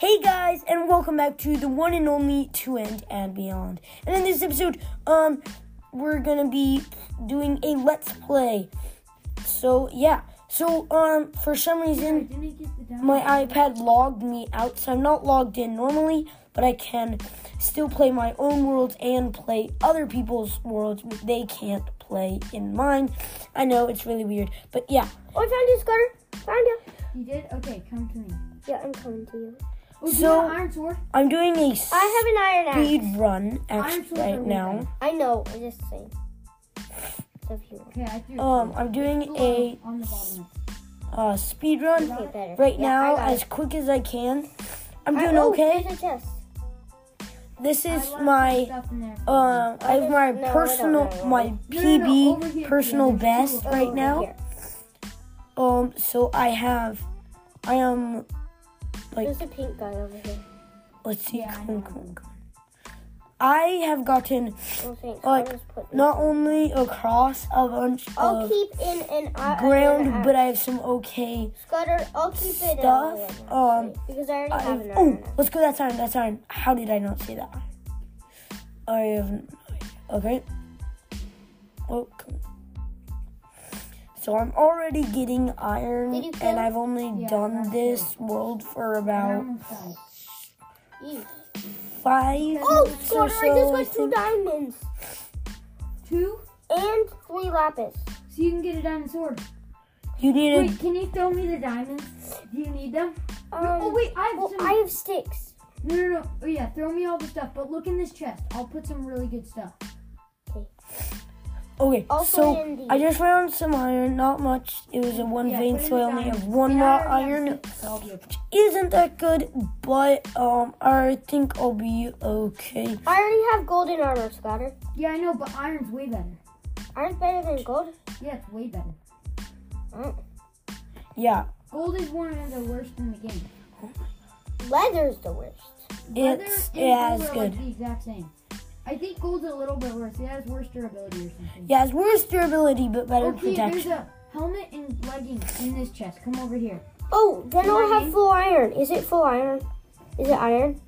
Hey guys, and welcome back to the one and only To End and Beyond. And in this episode, um, we're gonna be doing a Let's Play. So yeah, so um, for some reason, my iPad logged me out, so I'm not logged in normally, but I can still play my own worlds and play other people's worlds. They can't play in mine. I know it's really weird, but yeah. Oh, I found you, Scudder. Found you. You did? Okay, come to me. Yeah, I'm coming to you. Oh, do you So- want iron sword? I'm doing a I have an iron axe. speed run act totally right weak. now. I know, I'm just saying. So if you want. Okay, I threw Um, I'm doing a on the bottom. uh, speed run Okay, better. right Yeah, now I got as it. quick as I can. I'm I- doing oh, okay. There's a chest. This I is left my stuff in there for you. um, I have No, my I don't personal know. my No, no, no, over PB here, personal Ian, there's two best of right Over now. Oh, here. Um, so I have I am like There's a pink guy over here. let's see. Yeah, I come, know. come, come. I have gotten Oh, thanks. Like, I'll just put this not in. only a cross a bunch I'll of keep in an eye. ground, but I have some okay. Scudder, I'll keep it in stuff, an iron um, axe, Because I already I have have, an oh, iron axe. let's go. That's iron. That's iron. How did I not see that? I have. Okay. Oh. come- So I'm already getting iron, Did you kill? and I've only Yeah, done that's this world for I Um, about almost died. Ew. five. Oh, minutes or Scudder, I just so, got two think. diamonds. Two? And three lapis. So you can get a diamond sword. You need Wait, to can you throw me the diamonds? Do you need them? Um, oh, wait, I have Well, some. I have sticks. No, no, no. Oh, yeah, throw me all the stuff. But look in this chest. I'll put some really good stuff. Okay, Also in so the- I just found some iron. Not much. It was a one Yeah, vein, put it in so I the only diamond. have one And I raw already have iron. six, so I'll be okay. Isn't that good? But um, I think I'll be okay. I already have golden armor, Scudder. Yeah, I know, but iron's way better. Iron's better than gold. Yeah, it's way better. Mm. Yeah, Gold is one of the worst in the game. Leather's the worst. Leather It's- and yeah, gold it's are, like, good. the exact same. I think gold's a little bit worse. It has worse durability or something. Yeah, it's worse durability but better Okay, there's protection. a helmet and leggings in this chest. Come over here. Oh, then I'll Iron. have full iron. Is it full iron? Is it iron?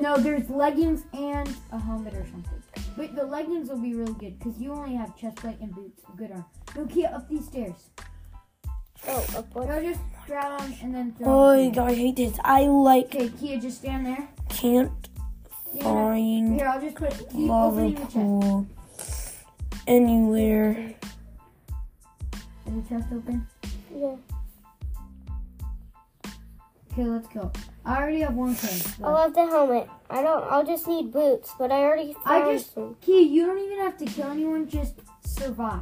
No, there's leggings and a helmet or something. But the leggings will be really good because you only have chest plate and boots. Good arm. No, Kia, up these stairs. Oh, a boy. No, just grab them and then throw Oh my 'em. god, I hate this. I like Okay, Kia, just stand there. can't Stand there. find Here, I'll just put. Keep lava opening the chest. pool anywhere. Is the chest open? Yeah. Okay, let's go. I already have one chest. I'll have the helmet. I don't. I'll just need boots, but I already found I just- some. Kia, you don't even have to kill anyone, just survive.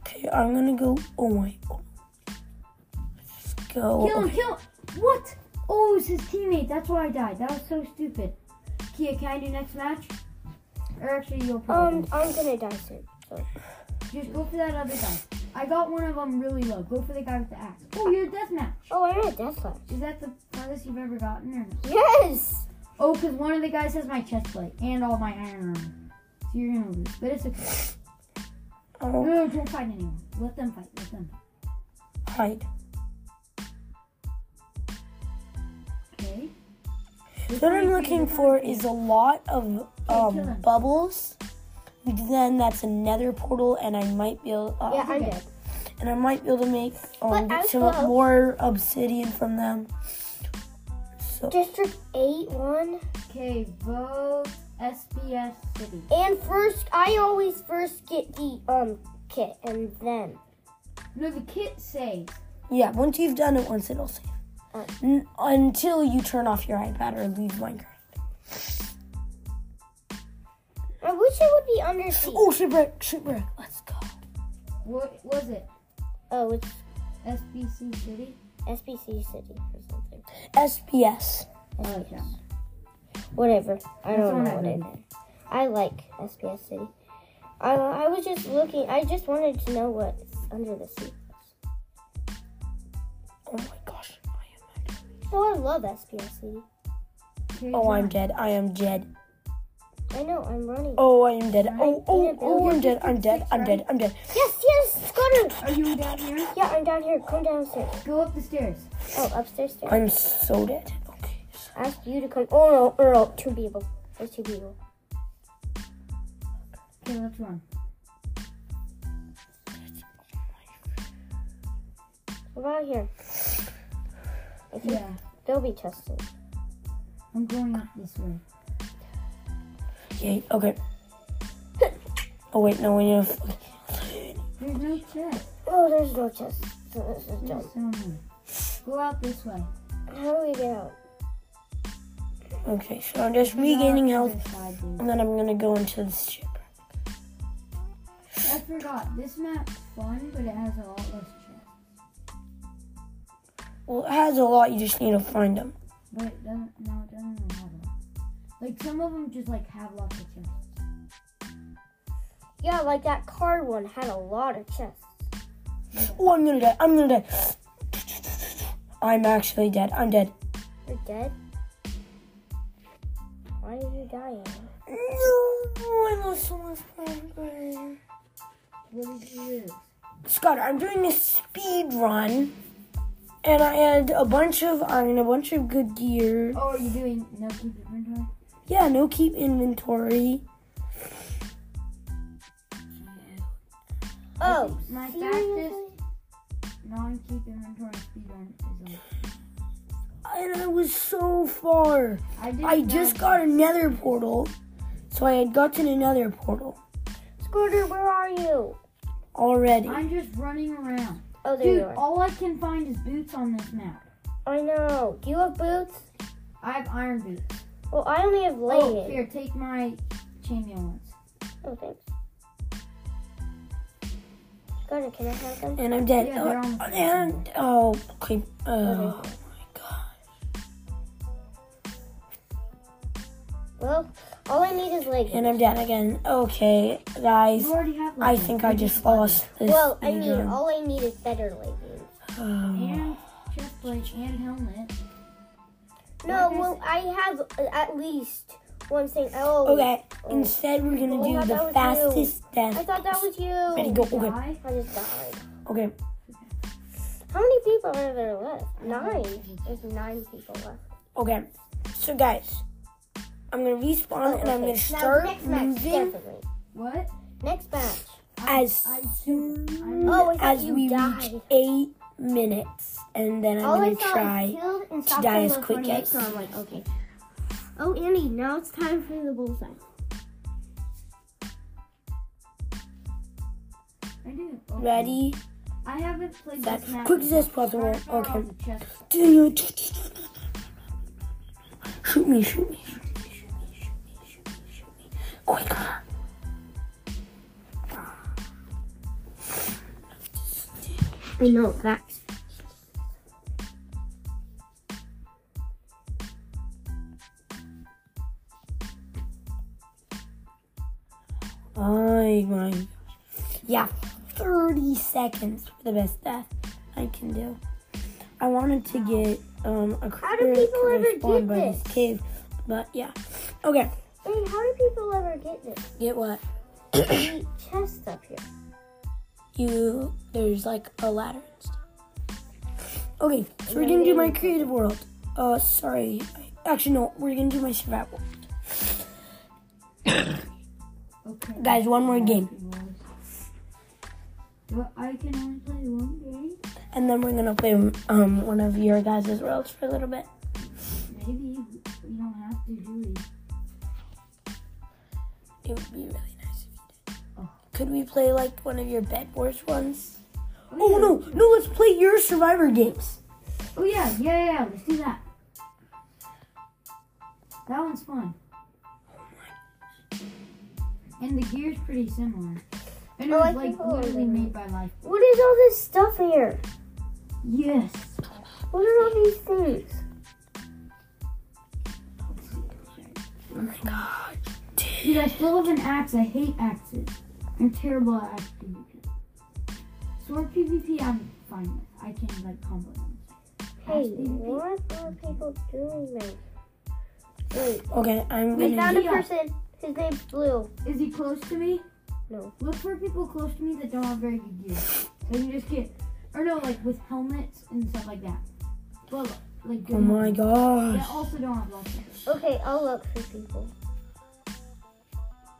Okay, I'm gonna go. Oh my. Let's go. Kill him, Oh, Okay. kill him. What? Oh, it's his teammate. That's why I died. That was so stupid. Kia, can I do next match? Or actually, you'll probably. Um, I'm gonna die soon. die. Just go for that other guy. I got one of them really low. Go for the guy with the axe. Oh, you're deathmatch. Oh, I'm at death left. Is that the farthest you've ever gotten or no? Yes. Oh, because one of the guys has my chest plate and all my iron armor. So you're gonna lose. But it's okay. No, Oh, no, don't fight anyone. Let them fight. Let them. hide. Okay. What I'm looking for is a lot of kill um, him. bubbles. Then that's another portal, and I might be able. Uh, Yeah, I'm okay. dead. and I might be able to make um, But I'm some close. more obsidian from them. So District eight one. Okay, vote SBS City. And first, I always first get the um kit, and then No, the kit saves. yeah, once you've done it once, it'll save. Oh. N- until you turn off your iPad or leave Minecraft. I wish it would be under sea. Oh, shipwreck, shipwreck, let's go. What was it? Oh, it's SBC City? SBC City or something. SPS. Oh, yeah. Whatever. I That's don't what know I what it meant. is. I like SPS City. I, I was just looking. I just wanted to know what's under the sea. Oh my gosh. I am dead. Oh, I love SPS City. Okay, Oh, I'm John. dead. I am dead. I know. I'm running. Oh, Oh. I am dead. Oh, oh, oh, I'm dead. I'm dead. I'm dead. I'm dead. Yes, yes. Scott, coming. Are you down here? Yeah, I'm down here. Come downstairs. Go up the stairs. Oh, upstairs. Stairs. I'm so dead. Okay. Ask you to come. Oh no, Earl. Two people. There's two people. Okay, let's run. What about here? If you, Yeah, They'll be tested. I'm going up this way. Yay. Okay. Oh wait, no, we need to. There's no chest. Oh, there's no chest. So this is There's dumb. so many. Go out this way. How do we get out? Okay, so I'm just Go out regaining the health, other side, dude. and then I'm gonna go into this ship. I forgot. This map's fun, but it has a lot less chests. Well, it has a lot. You just need to find them. But it doesn't. No, it doesn't really have a lot. Like some of them just like have lots of chests. Yeah, like that card one had a lot of chests. Oh, I'm gonna die. I'm gonna die. I'm actually dead. I'm dead. You're dead? Why are you dying? No, I lost so much progress. What did you lose? Scott, I'm doing a speed run, and I had a bunch of iron, a bunch of good gear. Oh, are you doing no keep inventory? Yeah, no keep inventory. Oh, My seriously? fastest non-keep inventory speedrun is like And I was so far. I did. I just got another portal, so I had gotten another portal Scooter, where are you? already. I'm just running around, Oh, there dude. you are. All I can find is boots on this map. I know. Do you have boots? I have iron boots. Well, I only have Oh, leggings. here, take my chainmail ones. Oh, thanks. Scooter, can I have them? And I'm dead. Yeah, they're on the Uh, and oh, okay. Oh Okay. my god. Well, all I need is leggings. And I'm dead again. Okay, guys. You already have. I leggings. think I You just leggings. lost this. well, I mean, speedrun. all I need is better leggings. Oh. And chest plate and helmet. No, Leggings. well, I have uh, at least one thing. Oh, Okay. Instead, we're gonna Oh, do that the was you. fastest death. I thought that was you. Ready, go. Okay. Die. I just died. Okay. How many people are there left? Nine. There's nine people left. Okay. So, guys, I'm gonna respawn and I'm gonna Oh, okay. Now, start next match, moving definitely. What? Next match. I- as I- soon Oh, I thought as you we reach died. eight minutes, and then I'm All I gonna saw was try. killed and stopped die on as the quick 28, as- So I'm like, okay. Oh, Annie, now it's time for the bullseye. I do. Okay. Ready? I haven't played That's this map. quick as before. possible. Try to Okay. find the chest Shoot me! Shoot me! Shoot me! Shoot me! Shoot me! Shoot me! Quicker! I know, facts. Oh my. Yeah, 30 seconds for the best death I can do. I wanted to get um a How do creeper people that ever was spawned get by this this? cave, but yeah. Okay, Wait, how do people ever get this get what? Eight chest up here? You there's like a ladder and stuff. Okay, so we're gonna do my creative world. Uh, sorry, actually no, we're gonna do my survival. Okay. Guys, one more game, Well, I can only play one game. and then we're gonna play um one of your guys' worlds for a little bit. Maybe we don't have to do it. It would be really nice if you did. Oh. Could we play like one of your bed wars ones? Oh no, no, let's play your survivor games. Oh yeah, yeah, yeah, yeah. Let's do that. That one's fun. And the gear's pretty similar. And it Oh, I was think like I remember. literally made by life. What is all this stuff here? Yes. What are all these things? Oh my god. Dude, I still have an axe. I hate axes. I'm terrible at axe PvP. Sword PvP, I'm fine with. I can like combo them. Hey, Axe PvP, what are people doing there? Wait, Okay, I'm we gonna. found a Yeah. person. His name's Blue. Is he close to me? No. Look for people close to me that don't have very good gear. They can just get, or no, like with helmets and stuff like that. Well, like good Oh my helmets. They gosh. also don't have lessons. Okay, I'll look for people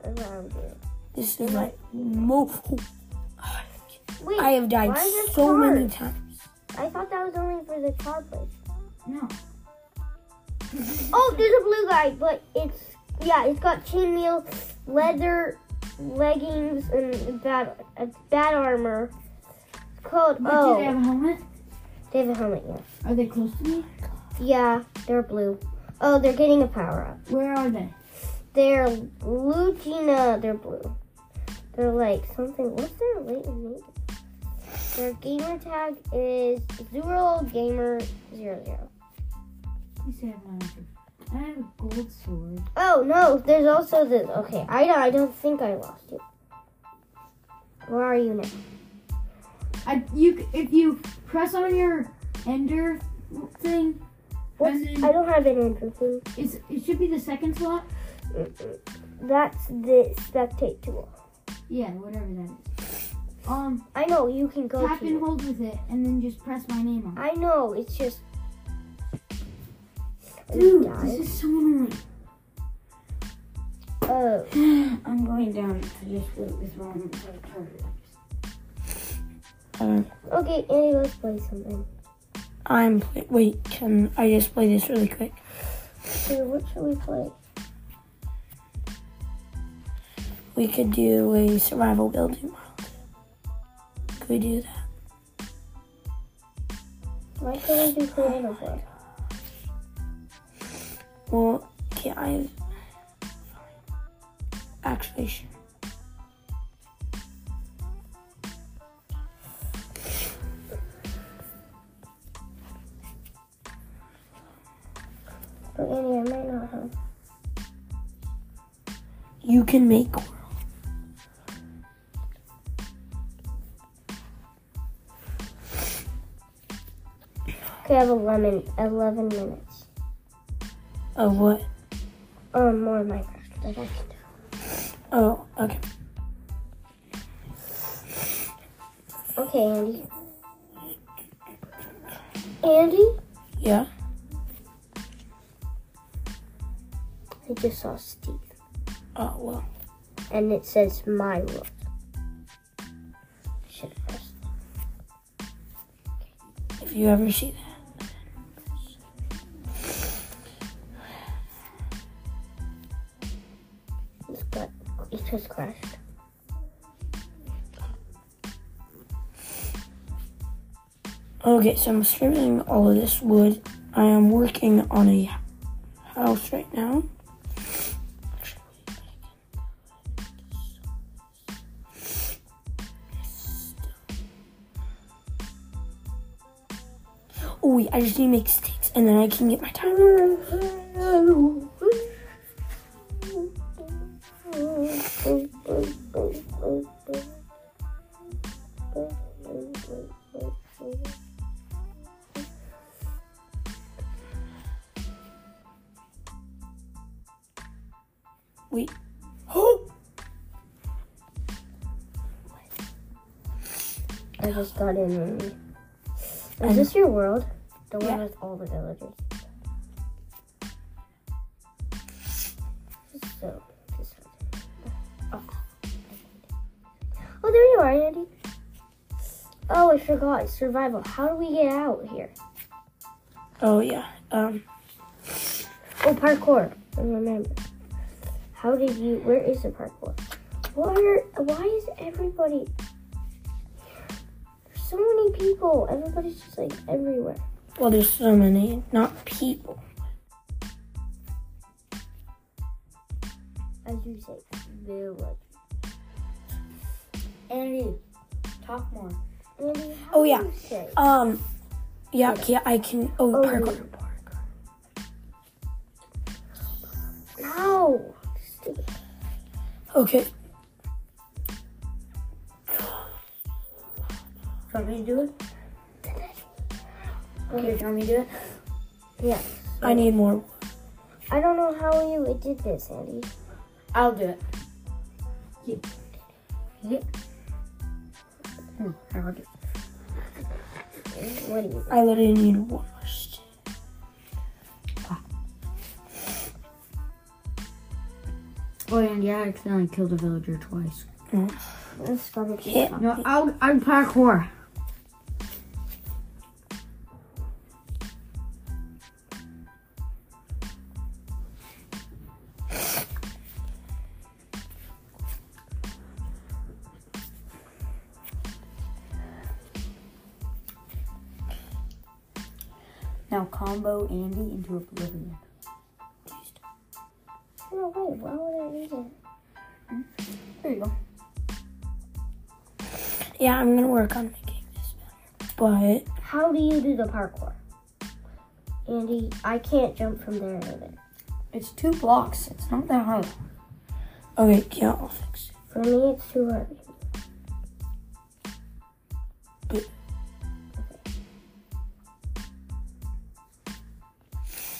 around you. This is my mo. Wait, I have died why is this so many hard? times. I thought that was only for the car place. No. Oh, there's a blue guy, but it's yeah, it's got chainmail, leather leggings, and bad uh, bad armor. It's called But oh, do they have a helmet? they have a helmet. Yeah, Are they close to me? yeah, they're blue. Oh, they're getting a power up. Where are they? They're Lugina. They're blue. They're like something. What's their late name? Their gamer tag is zero gamer zero zero. You said my answer. I have a gold sword. Oh no, there's also this. Okay, I don't, I don't think I lost you. Where are you now? I you c- if you press on your ender thing, What's, and then I don't have an Andrew thing. it's, it should be the second slot. That's the spectate tool. Yeah, whatever that is. Um, I know you can go tap to. and it. hold with it, and then just press my name on. it. I know it's just. Dude, Die. this is so annoying. Oh, I'm going down to just wait this wrong. Uh, okay, Andy, let's play something. I'm play- wait. Can I just play this really quick? Dude, what should we play? We could do a survival building world. Could we do that? Why can't we do Corona Book? Well, okay, I. Actually, sure. But Andy, I might not have. you can make world. Okay, I have 11, 11 minutes. of what? Oh, more Minecraft. That I can do. Oh, okay. Okay, Andy. Andy? Yeah. I just saw Steve. Oh well. And it says my world. Should have pressed If you ever see that. It's got it just crashed. Okay, so I'm stripping all of this wood. I am working on a house right now. Oh wait, I just need to make sticks and then I can get my timer. Wait. Oh! I just got in on me. Is this your world? The one Yeah. with all the villagers. So this one. Oh. oh there you are, Andy. Oh I forgot. Survival. How do we get out here? Oh yeah. Um. Oh, parkour. I remember. How did you? Where is the parkour? Why are? Why is everybody? There's so many people. Everybody's just like everywhere. Well, there's so many. Not people. As you say, village. Andy, Talk more. Andy. How Oh, do yeah. you say? Um. Yeah. Okay. I can. Oh, Oh. parkour. No. Okay. Want me to do it? Okay, do you want me to do it? Yeah. I need more. I don't know how you did this, Andy. I'll do it. Hmm, Yeah. Yeah. What do you? I literally need one more stick. Oh, and yeah, I accidentally killed a villager twice. Let's stop it. Yeah. No, I'll, I'm parkour. Now combo Andy into oblivion. No, wait. Why would I need it? There you go. Yeah, I'm gonna work on making this better. How do you do the parkour? Andy, I can't jump from there to there. It's two blocks. It's not that hard. But okay, yeah, I'll fix it. For me, it's too hard.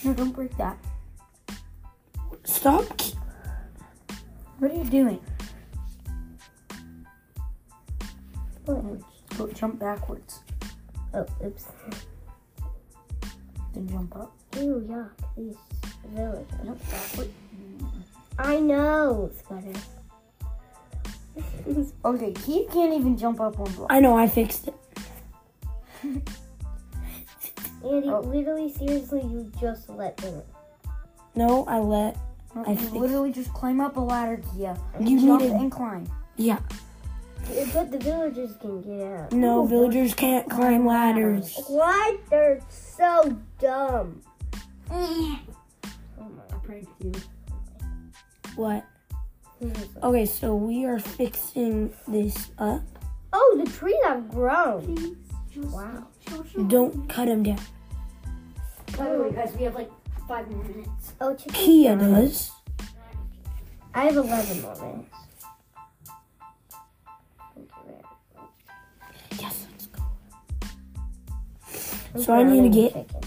No, don't break that. Stop. k- What are you doing? What? Go jump backwards, Oh, oops. then jump up. Ew, yuck. These villagers. Nope, backwards. I know, Scudder. Okay, he can't even jump up one block. I know, I fixed it. Andy, Oh. literally, seriously, you just let them. No, I let. I you think- literally just climb up a ladder, Kia. You jump need it. and climb. Yeah. But the villagers can get out. No, villagers can't climb ladders. What? They're so dumb. Oh, I pranked you. What? Who was that? Okay, so we are fixing this up. Oh, the trees have grown. Wow. Don't cut him down. By the way, guys, we have like five more minutes. Oh, chicken. Kia does. I have 11 more minutes. Yes, let's go. So I need to get- Chicken.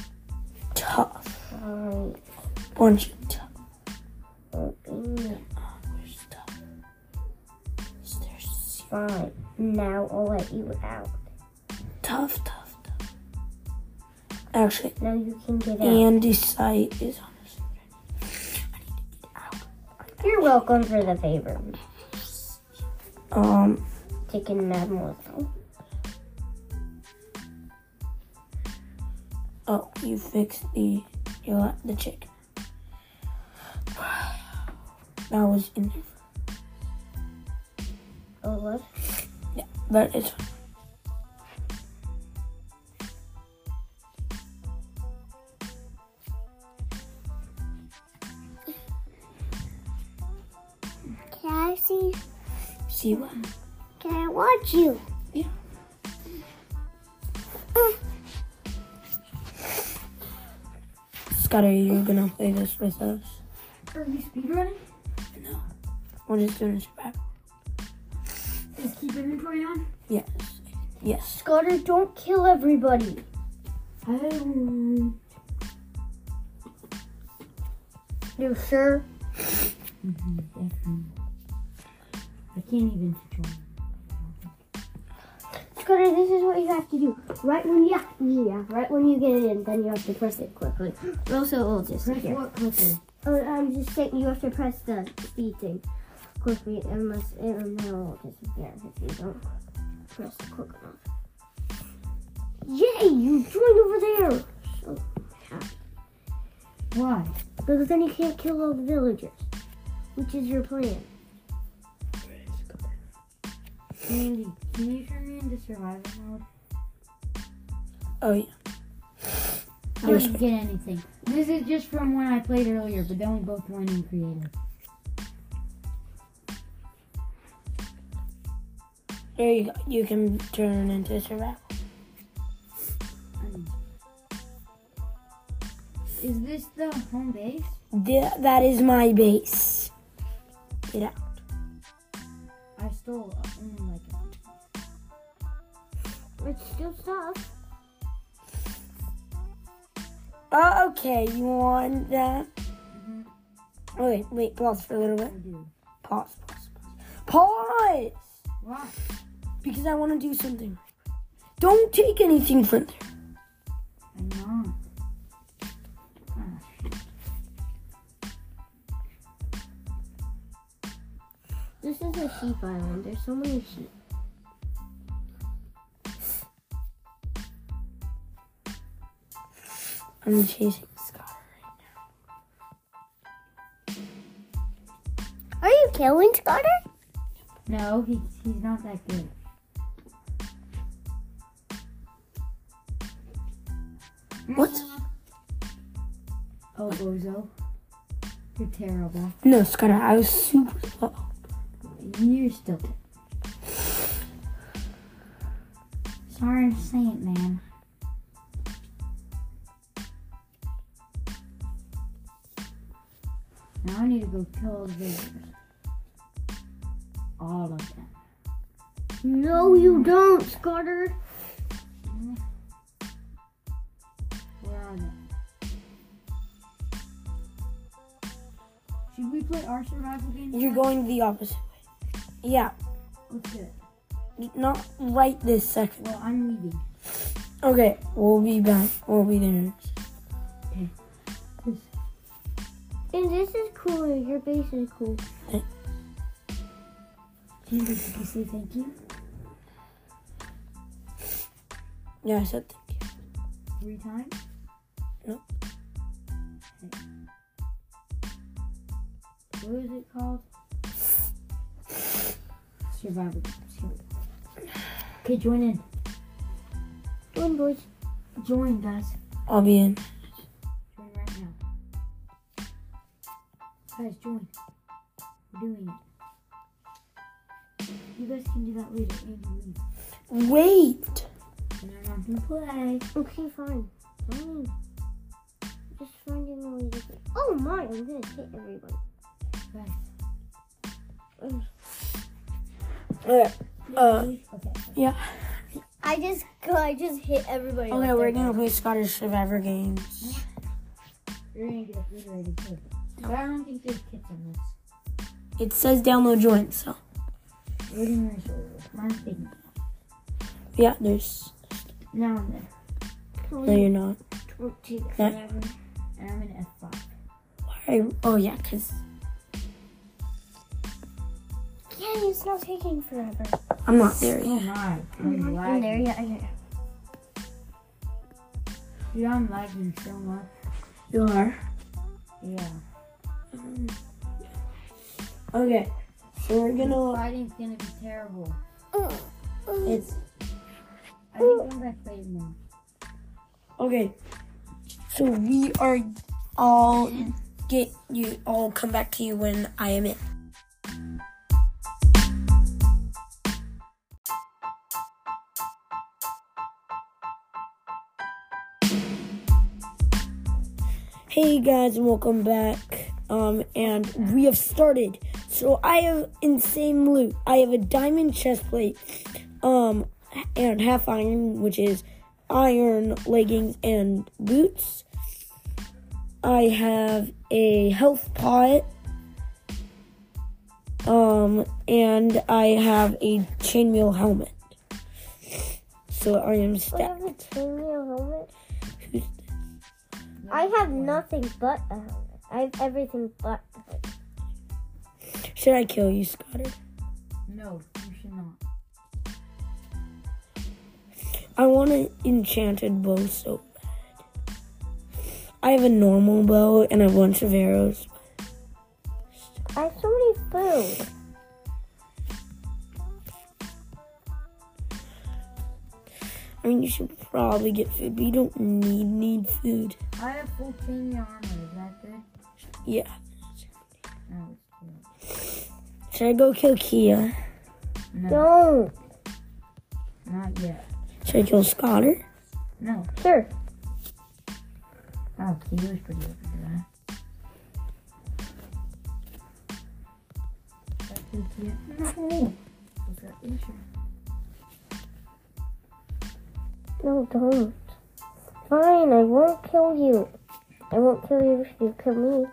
Tough. Alright. Bunch of tough. open. Where's tough? Is there s- Fine. Now I'll let you out. tough, tough, tough? Actually, Now you can get out. Andy's site is on this. I need to get out. You're welcome for the favor. Um, Chicken Mademoiselle. oh, you fixed the you let the chicken. That was in Oh, what? but it's fine. Can I see? see what Can I watch you? Yeah. Scotty, you're gonna play this with us. Are you speedrunning? We're just doing this back. Is keep inventory on? Yes. Yes. Scudder, don't kill everybody. Um, You sure? Mm-hmm, I can't even join. Scudder, this is what you have to do. Right when you yeah, right when you get in, then you have to press it quickly. Or else it'll just Press disappear. what clicker? Oh, I'm just saying you have to press the speed thing quickly, unless it and then it'll disappear if you don't press it quick enough. Yay! You joined over there. So happy. Why? Because then you can't kill all the villagers, which is your plan. Andy, can you turn me into survival mode? Oh yeah. I didn't get anything. This is just from when I played earlier, but then we both won in creative. There you go. You can turn into a survival. Mm. Is this the home base? Th- that is my base. Get out. I stole uh, only like It's still stuff. Oh, okay. You want that? Okay. Wait. Pause for a little bit. I do. Pause. Pause. Pause. pause. Why? Because I want to do something. Don't take anything from there. I'm not. This is a sheep island. There's so many sheep. I'm chasing Scott. Are you killing Scudder? No, he, he's not that good. What? Oh, Bozo. You're terrible. No, Scott, I was super low. You're still terrible. Sorry to say it, man. Now I need to go kill all the villagers. All of them. No, you don't, Scotter. Where are they? Should we play our survival game? You're going the opposite way. Yeah, Let's do it. not right this second. Well, I'm leaving. Okay, we'll be back. We'll be there. And this is cooler. Your base is cool. Andrew, did you say thank you? Yeah, I said thank you. Three times? Nope. What is it called? Survivor games. Here we go. Okay, join in. Come on, boys. Join, guys. I'll be in. Join right now. Guys, join. We're doing it. You guys can do that later. Andy leave. Wait! And I'm not gonna play. Okay, fine. Fine. Just finding a way to get. Oh my! I'm gonna hit everybody. Guys. Okay. Uh, Okay. yeah. I just, I just hit everybody. Okay, we're gonna play Scottish Survivor games. You're gonna get obliterated too. But I don't think there's kids on this. It says download joint, so. We're gonna race over. Mine's big. Yeah, there's. Now I'm there. No, you're not. take No. forever. And I'm in F5. Why? Oh, yeah, because Yeah, it's not taking forever. I'm not there Oh yet. my. I'm I'm lagging. there yet. Yeah, Dude, I'm lagging so much. You are? Yeah. Okay. So we're The gonna. fighting's gonna be terrible. It's. I think I'm back late now. Okay. So we are. I'll get you. I'll come back to you when I am in. Hey guys, and welcome back. Um, and we have started. So I have insane loot. I have a diamond chest plate, um, and half iron, which is iron leggings and boots. I have a health pot. Um, and I have a chainmail helmet. So I am I have stacked. a chainmail helmet. Who's I have nothing but a helmet. I have everything but a helmet. Should I kill you, Scotty? No, you should not. I want an enchanted bow so bad. I have a normal bow and a bunch of arrows. I have so many food. I mean, you should probably get food, but you don't need need food. I have full chain armor. Is that good? Yeah. No, it's good. Should I go kill Kia? No, Don't. not yet. Should I kill Scotter? No. Sure. Oh, he was pretty open to that. That's too cute. No. Was that Asia? No, don't. Fine, I won't kill you. I won't kill you if you kill me.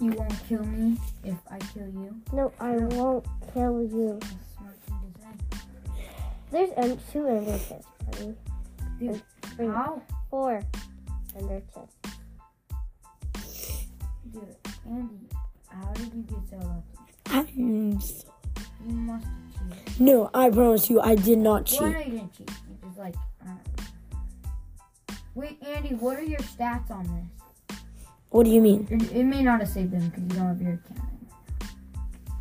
You won't kill me if I kill you. No, I won't kill you. That's a smart thing to say. There's um, two under chests, buddy. Dude, Three, How? four under chests. Dude, Andy, how did you get so lucky? I'm You must have cheated. No, I promise you, I did not cheat. Well, no, you didn't cheat. You just like. Uh... Wait, Andy, what are your stats on this? What do you mean? It, it may not have saved them because you don't have your account.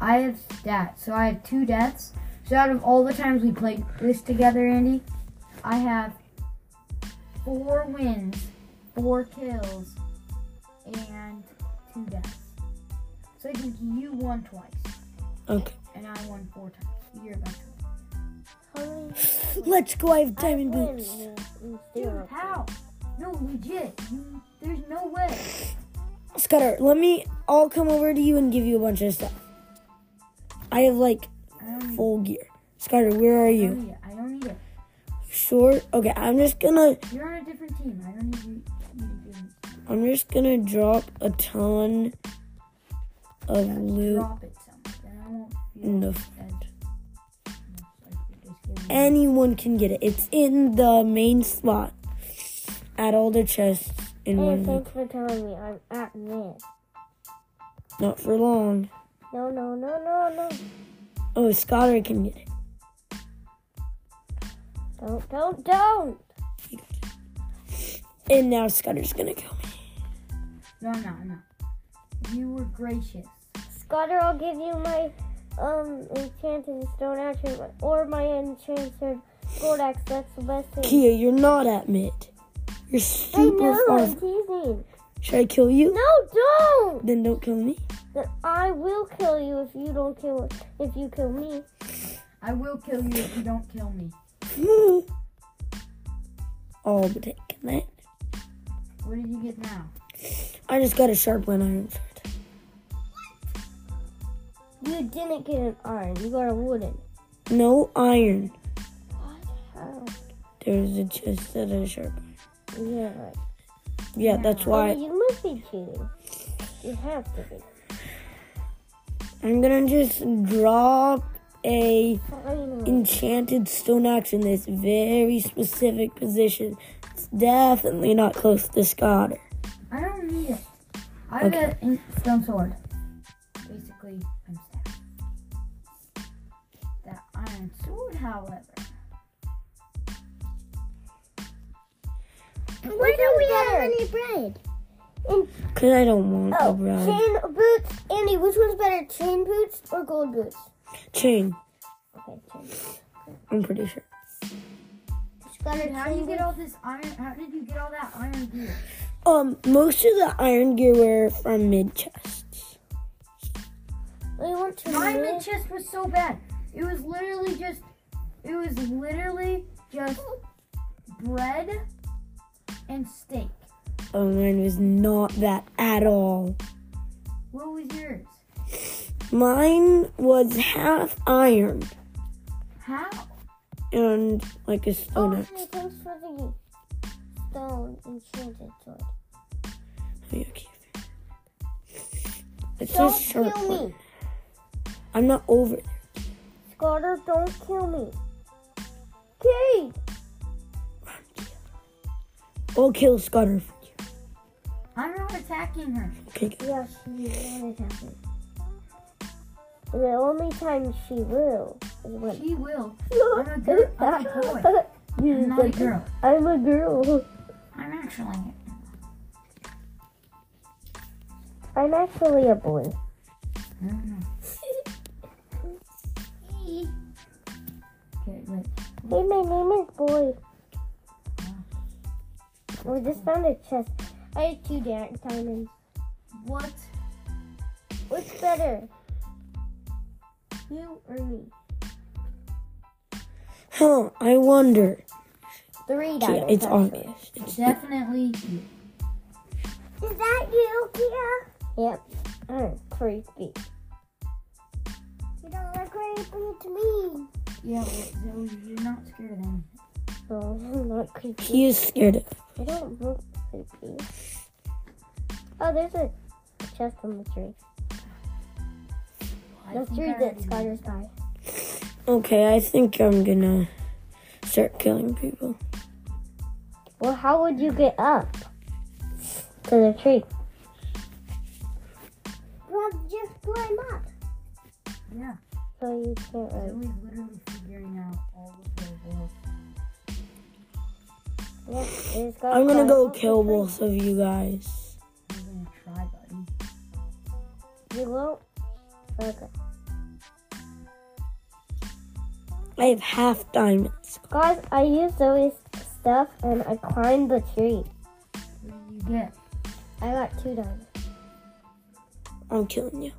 I have stats, so I have two deaths. So out of all the times we played this together, Andy, I have four wins, four kills, and two deaths. So I think you won twice, Okay. and I won four times. You're about to. How many? Let's go. I have I diamond win boots. with Dude, zero. how? No, legit. You, there's no way. Scudder, let me. I'll come over to you and give you a bunch of stuff. I have like I don't need, full gear. Scudder, where are I don't you? need it. I don't need it. Sure. Okay. I'm just gonna. You're on a different team. I don't need you. you need to I'm just gonna drop a ton of loot Drop it somewhere. Then I won't in feel the. as much like you're just giving me- Anyone can get it. It's in the main spot. At all the chests in Hey, one loot. thanks for telling me. I'm at win. Not for long. No, no, no, no, no. Oh, Scudder can get it. Don't, don't, don't. And now Scudder's gonna kill me. No, no, no. You were gracious. Scotter, I'll give you my um enchanted stone axe or- or my enchanted gold axe. That's the best thing. Kia, you're not at mid. You're I super know. far. I'm teasing. Should I kill you? No, don't. Then don't kill me. Then I will kill you if you don't kill if you kill me. I will kill you if you don't kill me. All but taking that. What did you get now? I just got a sharp one iron sword. You didn't get an iron. You got a wooden. No iron. Oh, There's a chest that is sharp. yeah. Right. Yeah, that's Oh, why you must be cheating. You have to be. I'm gonna just drop a Finally. enchanted stone axe in this very specific position. It's definitely not close to Scudder. I don't need it. I have Okay. an stone sword. Basically, I'm stacked. That iron sword, however. Why don't we have better? any bread? Cause I don't want Oh, a bride. chain boots. Andy, which one's better, chain boots or gold boots? Chain. Okay, chain. I'm pretty sure. Scotter, Dude, how do you get all this iron? How did you get all that iron gear? Um, most of the iron gear were from mid chests. We Oh, want to My move. mid chest was so bad. It was literally just. It was literally just bread and steak. Oh, mine was not that at all. What was yours? Mine was half iron How? and like a Oh, stone axe. hey, thanks for the stone enchanted sword. Oh, yeah, okay. It's a Don't sharp kill one. me. I'm not over it. Scotter, don't kill me. Okay. I'll kill Scudder for you. I'm not attacking her. Okay, good. Yeah, she won't attack me. The only time she will is when. She will. I'm a girl. I'm a boy. I'm not a girl. I'm a girl. I'm actually. I'm actually a boy. I don't know. Okay, wait. Hey, my name is Boy. We just found a chest. I have two da- diamonds. What? What's better? You or me? Huh, I wonder. Three Yeah, diamonds. it's actually. obvious. It's Definitely you. Is that you, Kia? Yep. I'm creepy. You don't look creepy to me. Yeah, well, Zoe, you're not scared of anything. No, I'm not creepy. he is scared of I don't look creepy. Oh, there's a chest on the tree. I The think I tree already that know. spiders by. Okay, I think I'm gonna start killing people. Well, how would you get up to the tree? Well, just climb up. Yeah. So you can't So really. he's literally figuring out all the whole world. Yeah, you just gotta I'm gonna climb go up the kill tree. both of you guys. He's gonna try, buddy. You won't. Okay. I have half diamonds. Guys, I used Zoe's stuff and I climbed the tree. What did you get? I got two diamonds. I'm killing you.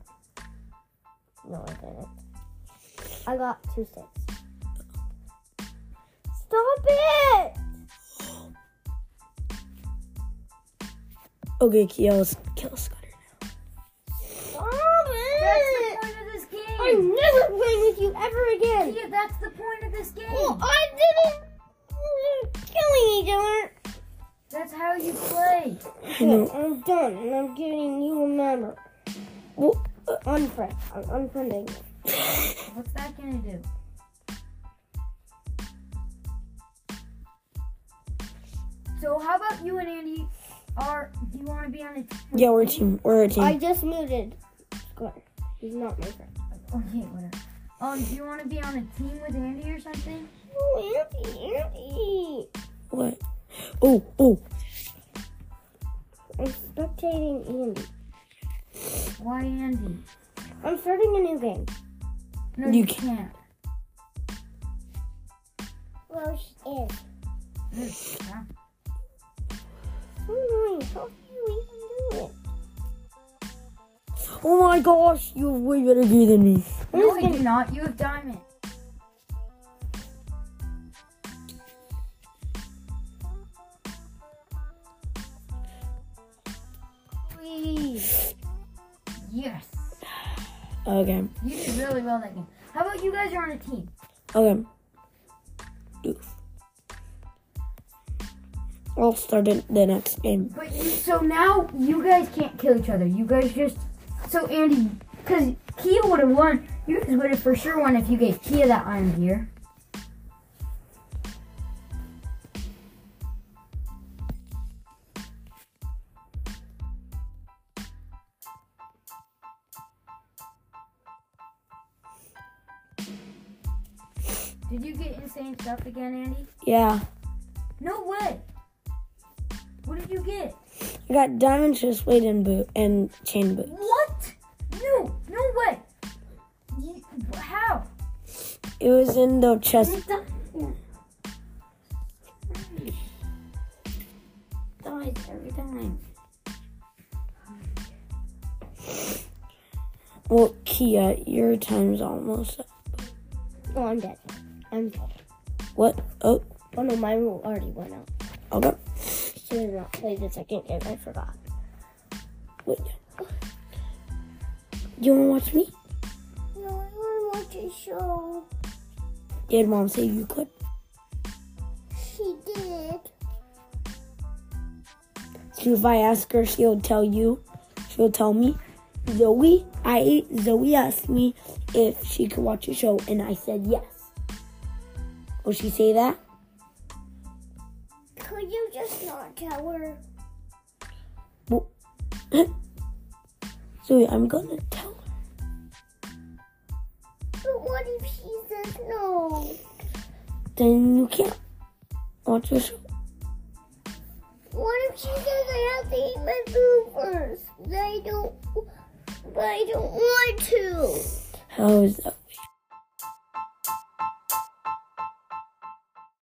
No, I didn't. I got two sticks. Stop it! Okay, Kiel's kill Scudder. Stop That's the it! point of this game. I'm never playing with you ever again. Yeah, that's the point of this game. Oh, uh, I didn't. We're killing each other. That's how you play. Good, I'm done, and I'm giving you a member. Well, Unfriend. I'm unfriending. you. What's that gonna do? So how about you and Andy? Are do you want to be on a team? yeah, we're a team. We're a I team. just muted. Square. He's not my friend. Okay, whatever. Um, do you want to be on a team with Andy or something? Oh, Andy, Andy. What? Oh, oh. I'm spectating Andy. Why Andy? I'm starting a new game. No, You you, ca- can't. Well, she is. Yeah. So annoying. How do you even do it? Oh my gosh, you have way better gear than me. I'm No, just you gonna- do not. You have diamond. Please. Yes. Okay, You did really well that game. How about you guys are on a team? okay. Oof. I'll start it the next game. But you, so now you guys can't kill each other. You guys just so Andy, because Kia would have won. You guys would have for sure won if you gave Kia that iron gear. Did you get insane stuff again, Andy? Yeah, No way. What did you get? I got diamond chest plate and boot and chain boot. What? No, no way. You, how? It was in the chest. Dies every time. Well, Kia, your time's almost up. Oh, I'm dead. I'm dead. What? Oh, Oh no, mine already went out. okay. Should have not played the second game. I forgot. Wait. You wanna watch me? No, I want to watch a show. Did mom say you could? She did. So if I ask her, she'll tell you. She'll tell me. Zoe, I Zoe asked me if she could watch a show, and I said yes. Will she say that? Could you just not tell her? Zoe, I'm gonna tell her. But what if she says no? Then you can't watch a show. What if she says I have to eat my food first? I don't. I don't want to. How is that?